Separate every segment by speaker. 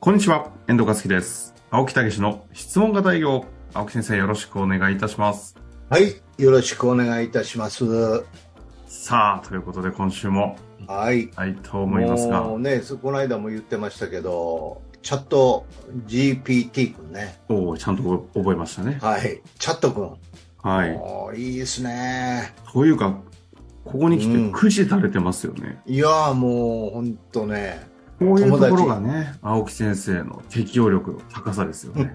Speaker 1: こんにちは、遠藤和樹です。青木武の質問型営業。青木先生、よろしくお願いいたします。
Speaker 2: はい、よろしくお願いいたします。は
Speaker 1: さあ、ということで今週も、
Speaker 2: い。
Speaker 1: はい、と思いますが、
Speaker 2: もうね、そこの間も言ってましたけど、チャット GPT 君ね。
Speaker 1: おーちゃんと覚えましたね。
Speaker 2: はい、チャット君。
Speaker 1: はい。
Speaker 2: もういいですね。
Speaker 1: というか、ここに来
Speaker 2: う
Speaker 1: て
Speaker 2: ん
Speaker 1: くじ垂れてますよね。
Speaker 2: いやーもう本当ね、
Speaker 1: こういうと
Speaker 2: 友
Speaker 1: こ
Speaker 2: 達
Speaker 1: ろがね、青木先生の適応力の高さですよね。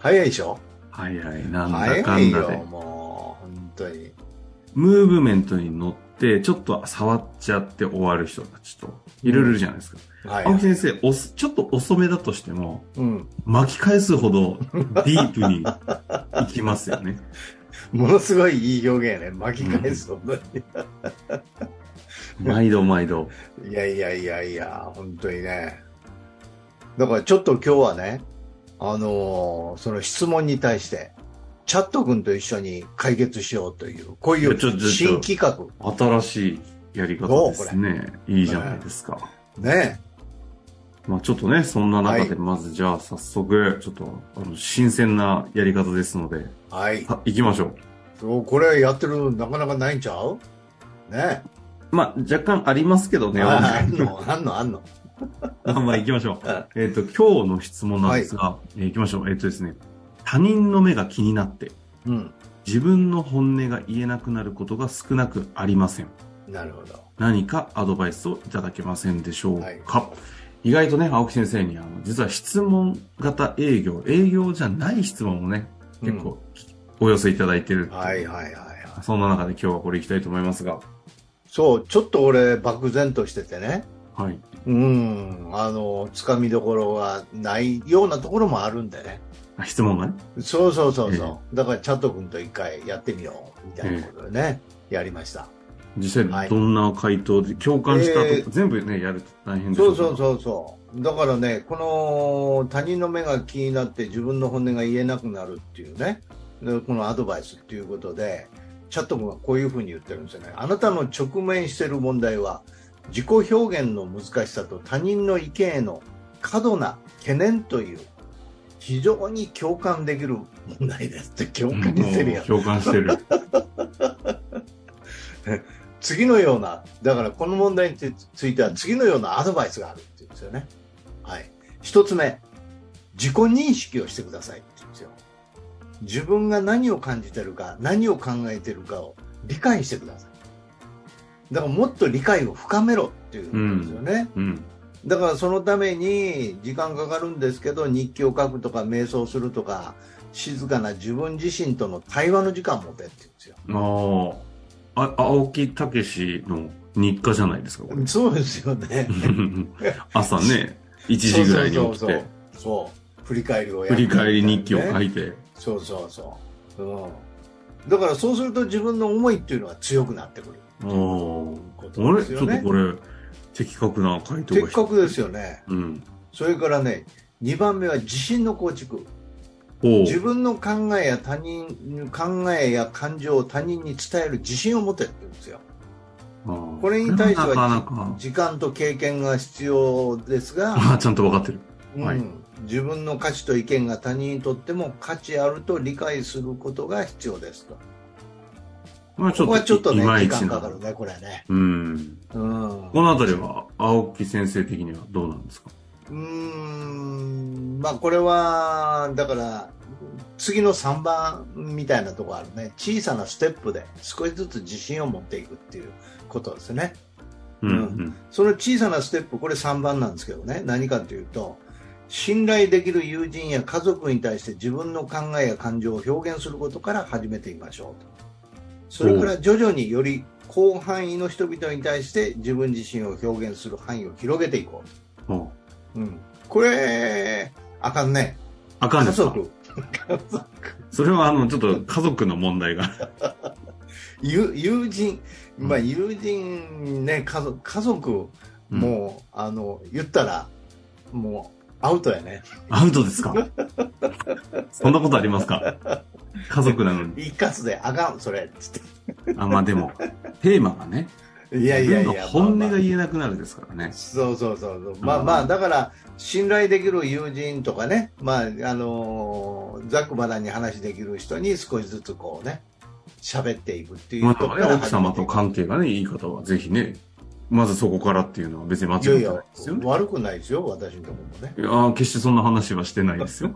Speaker 2: 早いでしょ
Speaker 1: はいはい、なんだか
Speaker 2: 早い
Speaker 1: んだ
Speaker 2: よ、
Speaker 1: で。
Speaker 2: もう本当に。
Speaker 1: ムーブメントに乗って、ちょっと触っちゃって終わる人たちと、いろいろいるじゃないですか。
Speaker 2: はい。
Speaker 1: 青木先生おす、ちょっと遅めだとしても、
Speaker 2: うん。
Speaker 1: 巻き返すほどディープに行きますよね。
Speaker 2: ものすごいいい表現やね。巻き返す。
Speaker 1: 毎度毎度。
Speaker 2: いやいやいやいや、本当にね。だからちょっと今日はね、あのーその質問に対して、チャット君と一緒に解決しようという、こうい
Speaker 1: いやちょちょ
Speaker 2: う
Speaker 1: ちょ
Speaker 2: 新企画。
Speaker 1: 新しいやり方ですね。いいじゃないですか。
Speaker 2: ね。
Speaker 1: まあちょっとね、そんな中
Speaker 2: は
Speaker 1: で、
Speaker 2: い
Speaker 1: まずじゃあ早速、ちょっと、あの、新鮮なやり方ですので、
Speaker 2: はい。
Speaker 1: は行きましょ
Speaker 2: そうこれやってるなかなかないんちゃうね。
Speaker 1: う。まあ若干ありますけどね、
Speaker 2: ああんの、あんの、あんの。
Speaker 1: まあまあ行きましょう。えっと、今日の質問なんですが、えー行きましょう。えっ、とですね、他人の目が気になって、
Speaker 2: うん。
Speaker 1: 自分の本音が言えなくなることが少なくありません。
Speaker 2: なるほど。
Speaker 1: 何かアドバイスをいただけませんでしょう
Speaker 2: はい。
Speaker 1: か、意外とね、青木先生に、あの、実は質問型営業、営業じゃない質問もね、結構お寄せいただいてる、
Speaker 2: うん。はいはいはいはい。
Speaker 1: そんな中で今日はこれいきたいと思いますが、
Speaker 2: そう、ちょっと俺、漠然としててね。
Speaker 1: はい。
Speaker 2: うん。あの、つかみどころがないようなところもあるんでね。
Speaker 1: あ質問がね、
Speaker 2: そうそうそうそう、だからチャット君と一回やってみようみたいなことでね、やりました
Speaker 1: 実
Speaker 2: は
Speaker 1: 際
Speaker 2: い
Speaker 1: どんな回答で、共感したと、
Speaker 2: えー
Speaker 1: 全部ね、やると大変でし
Speaker 2: そ
Speaker 1: ょ
Speaker 2: うそう
Speaker 1: う
Speaker 2: そうそうだからねこの他人の目が気になって自分の本音が言えなくなるっていうねでこのアドバイスっていうことでチャット君はこういうふうに言ってるんですよねあなたの直面している問題は自己表現の難しさと他人の意見への過度な懸念という非常に共感できる問題ですって共
Speaker 1: うん
Speaker 2: 感してるやん
Speaker 1: 共感してる。
Speaker 2: 次のような、だからこの問題につついては次のようなアドバイスがあるって言うんですよね。はい。一つ目、自己認識をしてくださいって言うんですよ。自分が何を感じてるか、何を考えてるかを理解してください。だからもっと理解を深めろっていうんですよね。
Speaker 1: うん。
Speaker 2: だからそのために時間かかるんですけど日記を書くとか瞑想するとか静かな自分自身との対話の時間を持てって言うんですよ。
Speaker 1: ああ、あ青木武の日課じゃないですか、これ。
Speaker 2: そうですよね。
Speaker 1: 朝ね、1時ぐらいに
Speaker 2: そう
Speaker 1: 起き
Speaker 2: そうそう
Speaker 1: て、
Speaker 2: そう振り返りをや
Speaker 1: 振り
Speaker 2: る
Speaker 1: 返り日記を書
Speaker 2: ね
Speaker 1: いて、
Speaker 2: そうそうそう、うん、だからそうすると自分の思いっていうのは強くなってくる
Speaker 1: おー
Speaker 2: こと
Speaker 1: あ
Speaker 2: で
Speaker 1: れ
Speaker 2: す
Speaker 1: ち
Speaker 2: よ
Speaker 1: ょっと
Speaker 2: ね
Speaker 1: これ、的確な回答
Speaker 2: 的
Speaker 1: が。
Speaker 2: 確ですよね
Speaker 1: うん。
Speaker 2: それからね2番目は自信の構築
Speaker 1: おう
Speaker 2: 自分の考えや他人考えや感情を他人に伝える自信を持てって言うんですよ
Speaker 1: あー
Speaker 2: これに対しては
Speaker 1: なかなか、
Speaker 2: 時間と経験が必要で すが、
Speaker 1: あーちゃんと分かってる。
Speaker 2: う
Speaker 1: はい
Speaker 2: ん、自分の価値と意見が他人にとっても価値あると理解することが必要ですと
Speaker 1: まあち
Speaker 2: ここはち
Speaker 1: ょ
Speaker 2: ょ
Speaker 1: っ
Speaker 2: っと
Speaker 1: とい
Speaker 2: ね、
Speaker 1: ま
Speaker 2: 時
Speaker 1: いち
Speaker 2: 間かか
Speaker 1: な
Speaker 2: る。ね、これね。
Speaker 1: うん。
Speaker 2: うん。
Speaker 1: このあたりは、青木先生的にはどうなんですか
Speaker 2: うーん、まあこれは、だから、次の3番みたいなとこあるね。小さなステップで少しずつ自信を持っていくっていうことですね。
Speaker 1: うんん。
Speaker 2: その小さなステップ、これ3番なんですけどね。何かというと、信頼できる友人や家族に対して自分の考えや感情を表現することから始めてみましょうと。それから徐々により広範囲の人々に対して自分自身を表現する範囲を広げていこ
Speaker 1: うんおう
Speaker 2: う。うん。これ、あかんね。
Speaker 1: あかん
Speaker 2: 家
Speaker 1: ですか
Speaker 2: 族。家族。
Speaker 1: それは、あの、ちょっと家族の問題が。
Speaker 2: 友友人、まあ
Speaker 1: う
Speaker 2: 友人ね、家族、家族、
Speaker 1: うん
Speaker 2: もう、あの、言ったら、もう、アウトやね。
Speaker 1: アウトですかそんなことありますか家族なのに。
Speaker 2: 一括であかん、それ、つって。
Speaker 1: あ、まあでも、テーマがね、
Speaker 2: いやいや
Speaker 1: 自
Speaker 2: い
Speaker 1: 分
Speaker 2: や、
Speaker 1: の本音
Speaker 2: まあま
Speaker 1: が
Speaker 2: あ
Speaker 1: 言えなくなるですからね。
Speaker 2: そうそうそうそう、
Speaker 1: ん
Speaker 2: まあまあ、だから、信頼できる友人とかね、まあ、あのーざっくばらんに話できる人に少しずつこうね、喋っていくってい
Speaker 1: ま
Speaker 2: う
Speaker 1: た
Speaker 2: とこ
Speaker 1: ね、
Speaker 2: ろ
Speaker 1: 奥様と関係がね、いい方はぜひね、まずそこからっていうのは別に間
Speaker 2: いや
Speaker 1: 違
Speaker 2: い
Speaker 1: いない
Speaker 2: や
Speaker 1: ですよ、ね。
Speaker 2: 悪くないですよ、私のところもね。
Speaker 1: いやー決してそんな話はしてないですよ。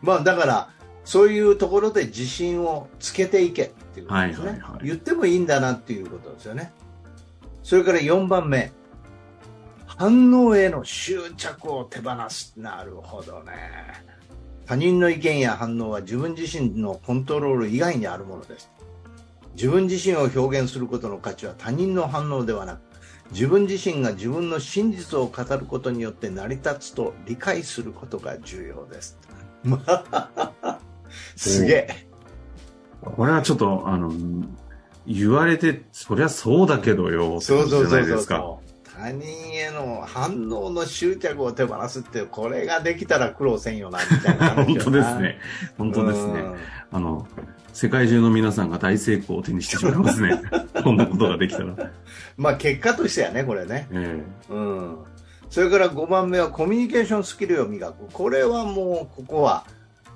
Speaker 2: まあだからそういうところで自信をつけていけっていうことですね、
Speaker 1: はいはいはい
Speaker 2: 言ってもいいんだなっていうことですよねそれから4番目反応への執着を手放すなるほどね他人の意見や反応は自分自身のコントロール以外にあるものです自分自身を表現することの価値は他人の反応ではなく自分自身が自分の真実を語ることによって成り立つと理解することが重 要です。まあすげえ。
Speaker 1: これはちょっと、あの、言われて、そりゃそうだけどよ、って
Speaker 2: そう
Speaker 1: 感じ
Speaker 2: そう
Speaker 1: じゃな
Speaker 2: そ
Speaker 1: い
Speaker 2: うそ
Speaker 1: で
Speaker 2: う
Speaker 1: すか。
Speaker 2: 他人への反応の執着を手放すってこれができたら苦労せんよなみたいな話
Speaker 1: 本
Speaker 2: よな
Speaker 1: 当ですね。本当ですね。あの、世界中の皆さんが大成功を手にしてしまいます ね。こんなことができたら。
Speaker 2: うんまあ結果としてやねこれね
Speaker 1: え
Speaker 2: うんそれから5番目はコミュニケーションスキルを磨くこれはもうここは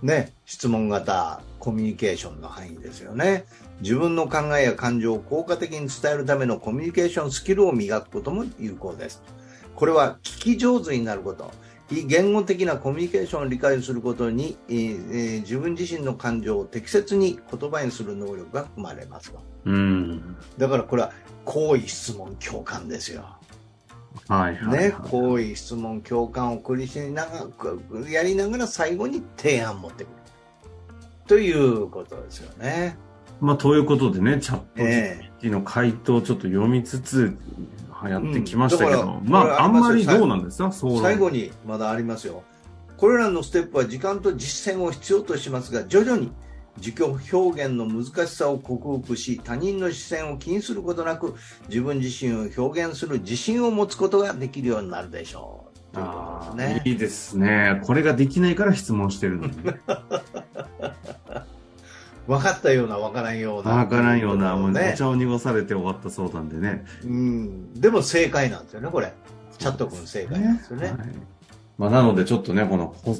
Speaker 2: ね質問型コミュニケーションの範囲ですよね自分の考えや感情を効果的に伝えるためのコミュニケーションスキルを磨くことも有効ですこれは聞き上手になること非言語的なコミュニケーションを理解することに、えーえー自分自身の感情を適切に言葉にする能力が生まれますと
Speaker 1: えうん。
Speaker 2: だからこれは好意質問共感ですよ
Speaker 1: はいはい、はい
Speaker 2: ね、好意、質問、共感を繰りしながら、やりながら最後に提案を持ってくる。ということですよね。
Speaker 1: まあ、ということでね、チャット
Speaker 2: ええ
Speaker 1: GPT の回答をちょっと読みつつ、やってきましたけど、
Speaker 2: うんだから
Speaker 1: ま
Speaker 2: これ
Speaker 1: あ、
Speaker 2: あ
Speaker 1: あ
Speaker 2: り
Speaker 1: ん
Speaker 2: ま
Speaker 1: ま
Speaker 2: すよ
Speaker 1: りどうなんですか総論
Speaker 2: 最後にまだありますよ。これらのステップは時間と実践を必要としますが、徐々に自己表現の難しさを克服し、他人の視線を気にすることなく、自分自身を表現する自信を持つことができるようになるでしょう。という
Speaker 1: あ
Speaker 2: ことです
Speaker 1: ー
Speaker 2: ね。
Speaker 1: いいですね。これができないから質問してる のに、ね。
Speaker 2: 分かったような、分からんような。
Speaker 1: わからんような、もう
Speaker 2: ね
Speaker 1: お茶を濁されて終わったそうなんでね。
Speaker 2: うん、でも正解なんですよね、これ。チャット君正解なんですよね。
Speaker 1: はいまあ、なのでちょっとね、この、ほ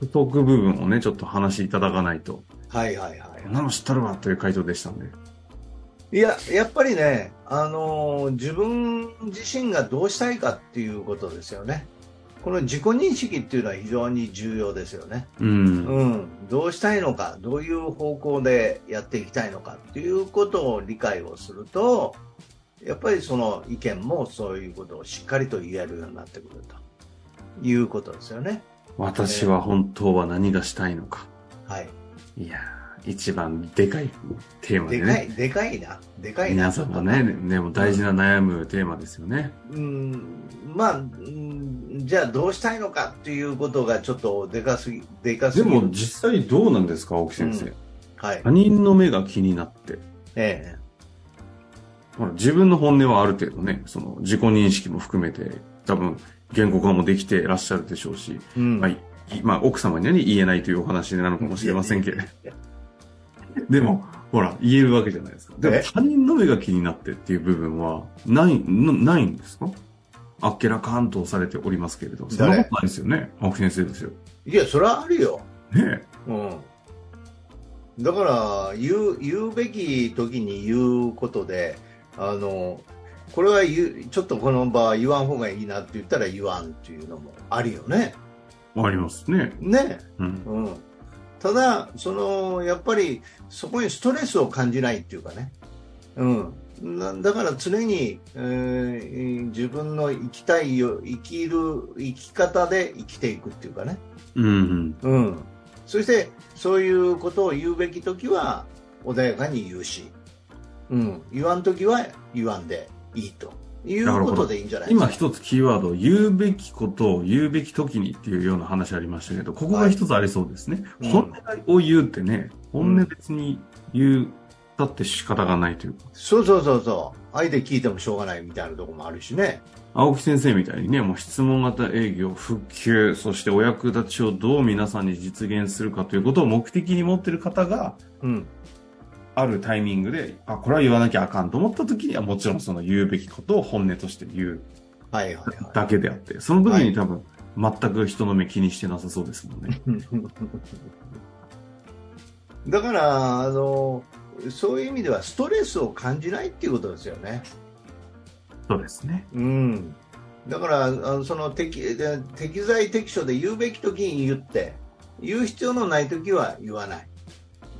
Speaker 1: 不得部分をね、ちょっと話しいただかないと、
Speaker 2: はいはいは
Speaker 1: こんなの知ったるわという回答でしたんで。
Speaker 2: い。いや、やっぱりね、あのー自分自身がどうしたいかっていうことですよね。この自己認識っていうのは非常に重要ですよね。
Speaker 1: うん。
Speaker 2: うん、どうしたいのか、どういう方向でやっていきたいのかっていうことを理解をすると、やっぱりその意見もそういうことをしっかりと言えるようになってくるということですよね。
Speaker 1: 私は本当は何がしたいのか。
Speaker 2: はい。
Speaker 1: いやー、一番でかいテーマ
Speaker 2: で
Speaker 1: で
Speaker 2: か
Speaker 1: ね。
Speaker 2: い、でかいな。でかいな。
Speaker 1: 皆さんがね、ねもう大事な悩むテーマですよね。
Speaker 2: うん、まあ、うんじゃあどうしたいのかっていうことがちょっとでかすぎ、でかすぎる。
Speaker 1: 実際どうなんですか、青木
Speaker 2: 先生はい。
Speaker 1: 他人の目が気になって。
Speaker 2: え
Speaker 1: ほら、自分の本音はある程度ね、その自己認識も含めて、多分、言語化もできてらっしゃるでしょうし、
Speaker 2: え。うん
Speaker 1: まあ、いまあ、奥様にはね言えないというお話なのかもしれませんけれど。でも、ほら、言えるわけじゃないですか。でも
Speaker 2: え
Speaker 1: 他人の目が気になってっていう部分は、ない、なないんですかあっけらかんとされておりますけれど。そんなことないですよね。青木先生ですよ。
Speaker 2: いや、それはあるよ。
Speaker 1: ね
Speaker 2: うん。だから、言う、言うべき時に言うことで、あの、これは言う、ちょっとこの場は言わん方がいいなって言ったら言わんっていうのもあるよね。
Speaker 1: え。ありますね。
Speaker 2: ねえ。
Speaker 1: うん。
Speaker 2: うん、ただその、やっぱりそこにストレスを感じないっていうかね、うん、なだから常に、えー自分の生きたいよ生きる生き方で生きていくっていうかね、
Speaker 1: うんうん。
Speaker 2: うん、そしてそういうことを言うべき時は穏やかに言うし、うん、言わん時は言わんでいいということでいいんじゃないです
Speaker 1: 今
Speaker 2: か。
Speaker 1: 一つキーワード、言うべきことを言うべき時にっていうような話ありましたけど、ここが一つありそうですね。
Speaker 2: はい
Speaker 1: 本音を言うってね、
Speaker 2: うん
Speaker 1: 本音別に言ったって仕方がないというか、
Speaker 2: そうそうそうそう相手聞いてもしょうがないみたいなところもあるしね。
Speaker 1: 青木先生みたいにね、もう質問型営業、復旧、そしてお役立ちをどう皆さんに実現するかということを目的に持っている方が、
Speaker 2: うん、
Speaker 1: ああるタイミングで、あ、これは言わなきゃあかんと思った時には、もちろんその言うべきことを本音として言う
Speaker 2: はいはいはい。
Speaker 1: だけであって、その時に多分、全く人の目気にしてなさそうですもんね。
Speaker 2: だからあのそういう意味ではストレスを感じないっていうことですよね。
Speaker 1: そうですね。
Speaker 2: うん、だからあのその適え適材適所で言うべき時に言って言う必要のない時は言わない。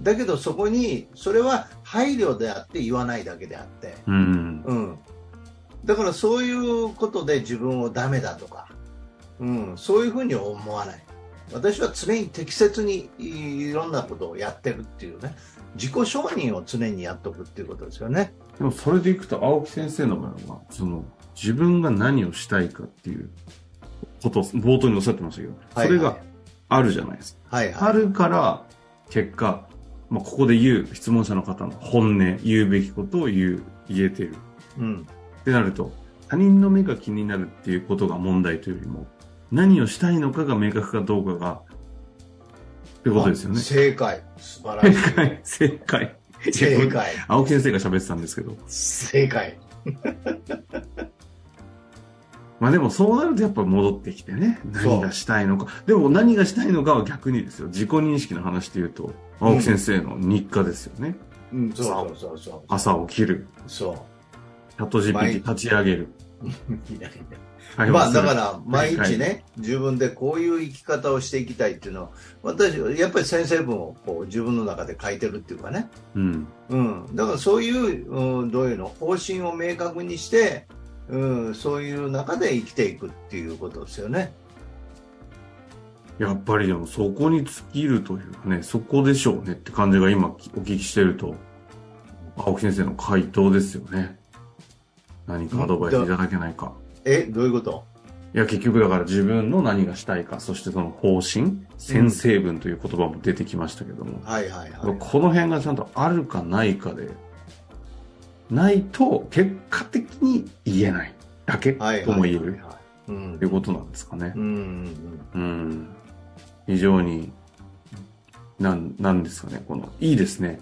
Speaker 2: だけどそこにそれは配慮であって言わないだけであって、
Speaker 1: うん。
Speaker 2: うん、だからそういうことで自分をダメだとか、うん、そういうふうに思わない私は常に適切にいいろんなことをやってるっていうね自己承認を常にやっとくっていうことですよね
Speaker 1: でもそれでいくと、青木先生の場合は、その、自分が何をしたいかっていうことを、冒頭におっしゃってましたけど、
Speaker 2: はい
Speaker 1: それがあるじゃないですか。
Speaker 2: はい
Speaker 1: あ
Speaker 2: はい
Speaker 1: るから、結果、まあ、ここで言う、質問者の方の本音、言うべきことを言う、言えてる。
Speaker 2: うん
Speaker 1: ってなると他人の目が気になるっていうことが問題というよりも何をしたいのかが明確かどうかがってことですよね
Speaker 2: あ正解素晴らし
Speaker 1: 正 解正解
Speaker 2: い正解
Speaker 1: 青木先生が喋ってたんですけど
Speaker 2: 正解
Speaker 1: まあでもそうなるとやっぱ戻ってきてね
Speaker 2: そう
Speaker 1: 何がしたいのかでも何がしたいのかは逆にですよ自己認識の話で言うと青木先生の日課ですよね、
Speaker 2: うんそうそ うそう
Speaker 1: 朝起きる
Speaker 2: そう
Speaker 1: チャット
Speaker 2: 毎
Speaker 1: GPT 立ち上げる
Speaker 2: そういやいや
Speaker 1: 会
Speaker 2: まあ
Speaker 1: 話す
Speaker 2: だ
Speaker 1: る、
Speaker 2: から毎日ね、自分でこういう生き方をしていきたいっていうのを、私、やっぱり先生文をこう自分の中で書いてるっていうかね、
Speaker 1: うん
Speaker 2: うん、だからそういう、うん、どういうの、方針を明確にして、うん、そういう中で生きていくっていうことですよね。
Speaker 1: やっぱりでもそこに尽きるというかね、そこでしょうねって感じが今お聞きしてると、青木先生の回答ですよね。何かアドバイスいただけないか。
Speaker 2: え、どういうこと
Speaker 1: いや、結局だから自分の何がしたいか、そしてその方針、先生文という言葉も出てきましたけども、
Speaker 2: はいはいはい。
Speaker 1: この辺がちゃんとあるかないかで、ないと結果的に言えないだけと
Speaker 2: はいはい
Speaker 1: も
Speaker 2: はい
Speaker 1: 言え
Speaker 2: はい
Speaker 1: る
Speaker 2: うん
Speaker 1: ということなんですかね。
Speaker 2: うんうん
Speaker 1: うん。非常に、なん、なんですかね、この、いいです ね。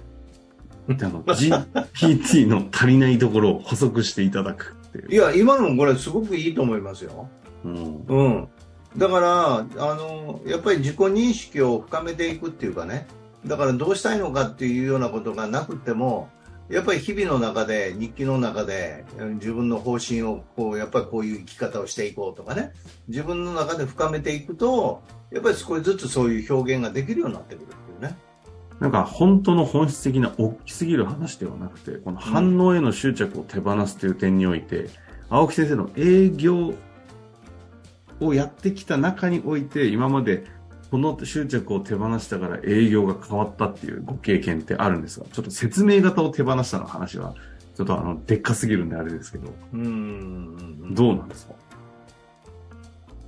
Speaker 1: あの、GPT の足りないところを補足していただくっていう
Speaker 2: い。や、今のもこれすごくいいと思いますよ。
Speaker 1: うん。
Speaker 2: うん、だからあの、やっぱり自己認識を深めていくっていうかね、だからどうしたいのかっていうようなことがなくても、やっぱり日々の中で、日記の中で、うん自分の方針をこう、やっぱりこういう生き方をしていこうとかね、自分の中で深めていくと、やっぱり少しずつそういう表現ができるようになってくるっていうね。
Speaker 1: なんか、本当の本質的な大きすぎる話ではなくて、この反応への執着を手放すという点において、青木先生の営業をやってきた中において、今までこの執着を手放したから営業が変わったっていうご経験ってあるんですが、ちょっと説明型を手放したの話は、ちょっとあの、でっかすぎるんであれですけど、
Speaker 2: うんうんうん
Speaker 1: どうなんですか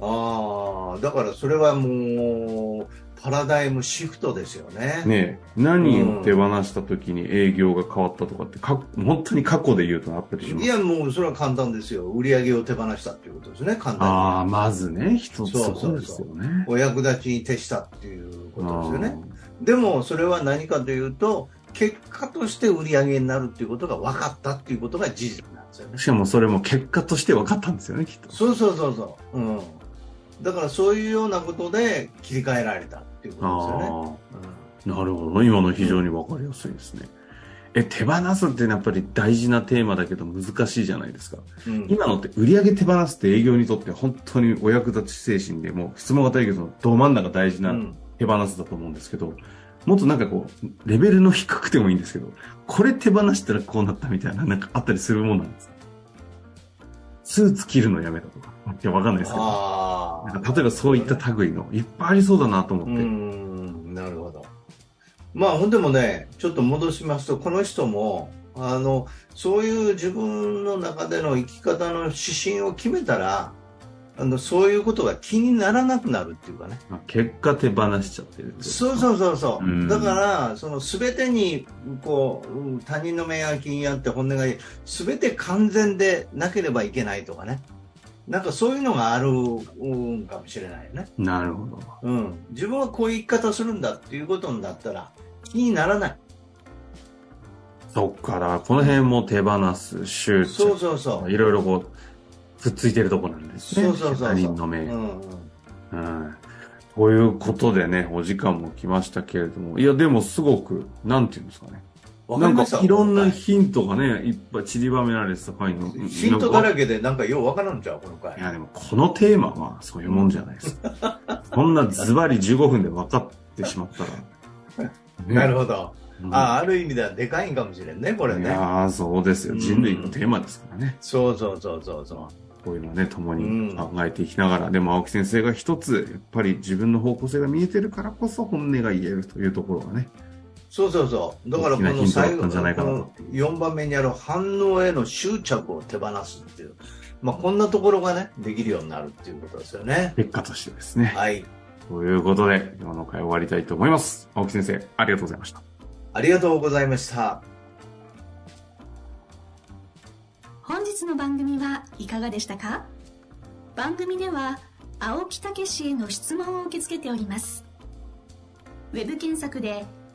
Speaker 2: ああ、だからそれはもう、パラダイムシフトですよね。
Speaker 1: ねえ何を手放した時に営業が変わったとかって、か本当に過去で言うとあったりしま
Speaker 2: い
Speaker 1: す
Speaker 2: や、もうそれは簡単ですよ。売り上げを手放したっていうことですね、簡単
Speaker 1: ああ、まずね、一つそう
Speaker 2: そそううそう
Speaker 1: うですよね
Speaker 2: に。。お役立ちに徹したっていうことですよ
Speaker 1: あ
Speaker 2: ね。でも、それは何かというと、結果として売り上げになるっていうことが分かったっていうことが事実なんですよね
Speaker 1: ー。しかもそれも結果として分かったんですよね、きっと。
Speaker 2: そうそうそうそう。うん。だからそういうようなことで切り替えられたっていうことですよ
Speaker 1: ああ、
Speaker 2: ね。
Speaker 1: なるほど。今の非常に分かりやすいですね。え、手放すってやっぱり大事なテーマだけど難しいじゃないですか。
Speaker 2: うんうん
Speaker 1: 今のって売り上げ手放すって営業にとって本当にお役立ち精神で、もう質問型営業のど真ん中大事な
Speaker 2: うん
Speaker 1: 手放すだと思うんですけど、もっとなんかこう、レベルの低くてもいいんですけど、これ手放したらこうなったみたいな、なんかあったりするもんなんですかスーツ着るのやめたとか。いや、わかんないですけど。
Speaker 2: あ
Speaker 1: なんか
Speaker 2: あ。
Speaker 1: 例えばそういった類の、いっぱいありそうだなと思
Speaker 2: う
Speaker 1: って。
Speaker 2: ん、なるほど。まあ、ほんでもね、ちょっと戻しますと、この人も、あの、そういう自分の中での生き方の指針を決めたら、あの、そういうことが気にならなくなるっていうかね。
Speaker 1: まあ結果手放しちゃってる。
Speaker 2: そうそうそうそう。
Speaker 1: うん
Speaker 2: だから、その全てに、こううん、他人の目が気になって本音がいい、全て完全でなければいけないとかね。なんかそういうのがある、うん、かもしれないよね。
Speaker 1: なるほど。
Speaker 2: うん、自分はこういう生き方するんだっていうことになったら気にならない。
Speaker 1: そっから、この辺も手放す、執
Speaker 2: そう
Speaker 1: 着、
Speaker 2: そうそう。
Speaker 1: いろいろこう、くっついてるとこなんですね。
Speaker 2: そうそうそうそう
Speaker 1: 他人の目。
Speaker 2: うんうん
Speaker 1: うんということでね、お時間も来ましたけれども、いや、でもすごく、なんていうんですかね。
Speaker 2: わか
Speaker 1: な
Speaker 2: り
Speaker 1: ん
Speaker 2: ました
Speaker 1: かいろん
Speaker 2: は
Speaker 1: ないヒントがね、いっぱい散りばめられてた回の。
Speaker 2: ヒントだら
Speaker 1: け。
Speaker 2: けでなんかようわからんちゃうこの回
Speaker 1: いや、でもこのテーマはそういうもんじゃない です。こんなズバリ15分で分かってしまったら。
Speaker 2: なる
Speaker 1: ほ
Speaker 2: ほど、
Speaker 1: ど
Speaker 2: あある意味ではでかいんかもしれんねこれ
Speaker 1: い
Speaker 2: ね
Speaker 1: やーそうですよ。
Speaker 2: うん
Speaker 1: 人類のテーマですからね。
Speaker 2: そうそうそうそうそ
Speaker 1: こういうのはね、共
Speaker 2: うん
Speaker 1: に考えていきながら、でも青木先生が一つ、やっぱり自分の方向性が見えてるからこそ本音が言えるというところがね。
Speaker 2: うそうそうそうだからこ
Speaker 1: 大きな
Speaker 2: の
Speaker 1: ヒントだ
Speaker 2: 最
Speaker 1: った
Speaker 2: 後
Speaker 1: んじゃないかなと
Speaker 2: この4番目にある反応への執着を手放すっていう、まあ、こんなところがねできるようになるっていうことですよね
Speaker 1: 結果としてですね。
Speaker 2: はい
Speaker 1: ということで、今の回終わりたいと思います。青木先生、ありがとうございました。
Speaker 2: ありがとうございました
Speaker 3: 本日の番組はいかがでしたか番組では青木武氏への質問を受け付けておりますウェブ検索で「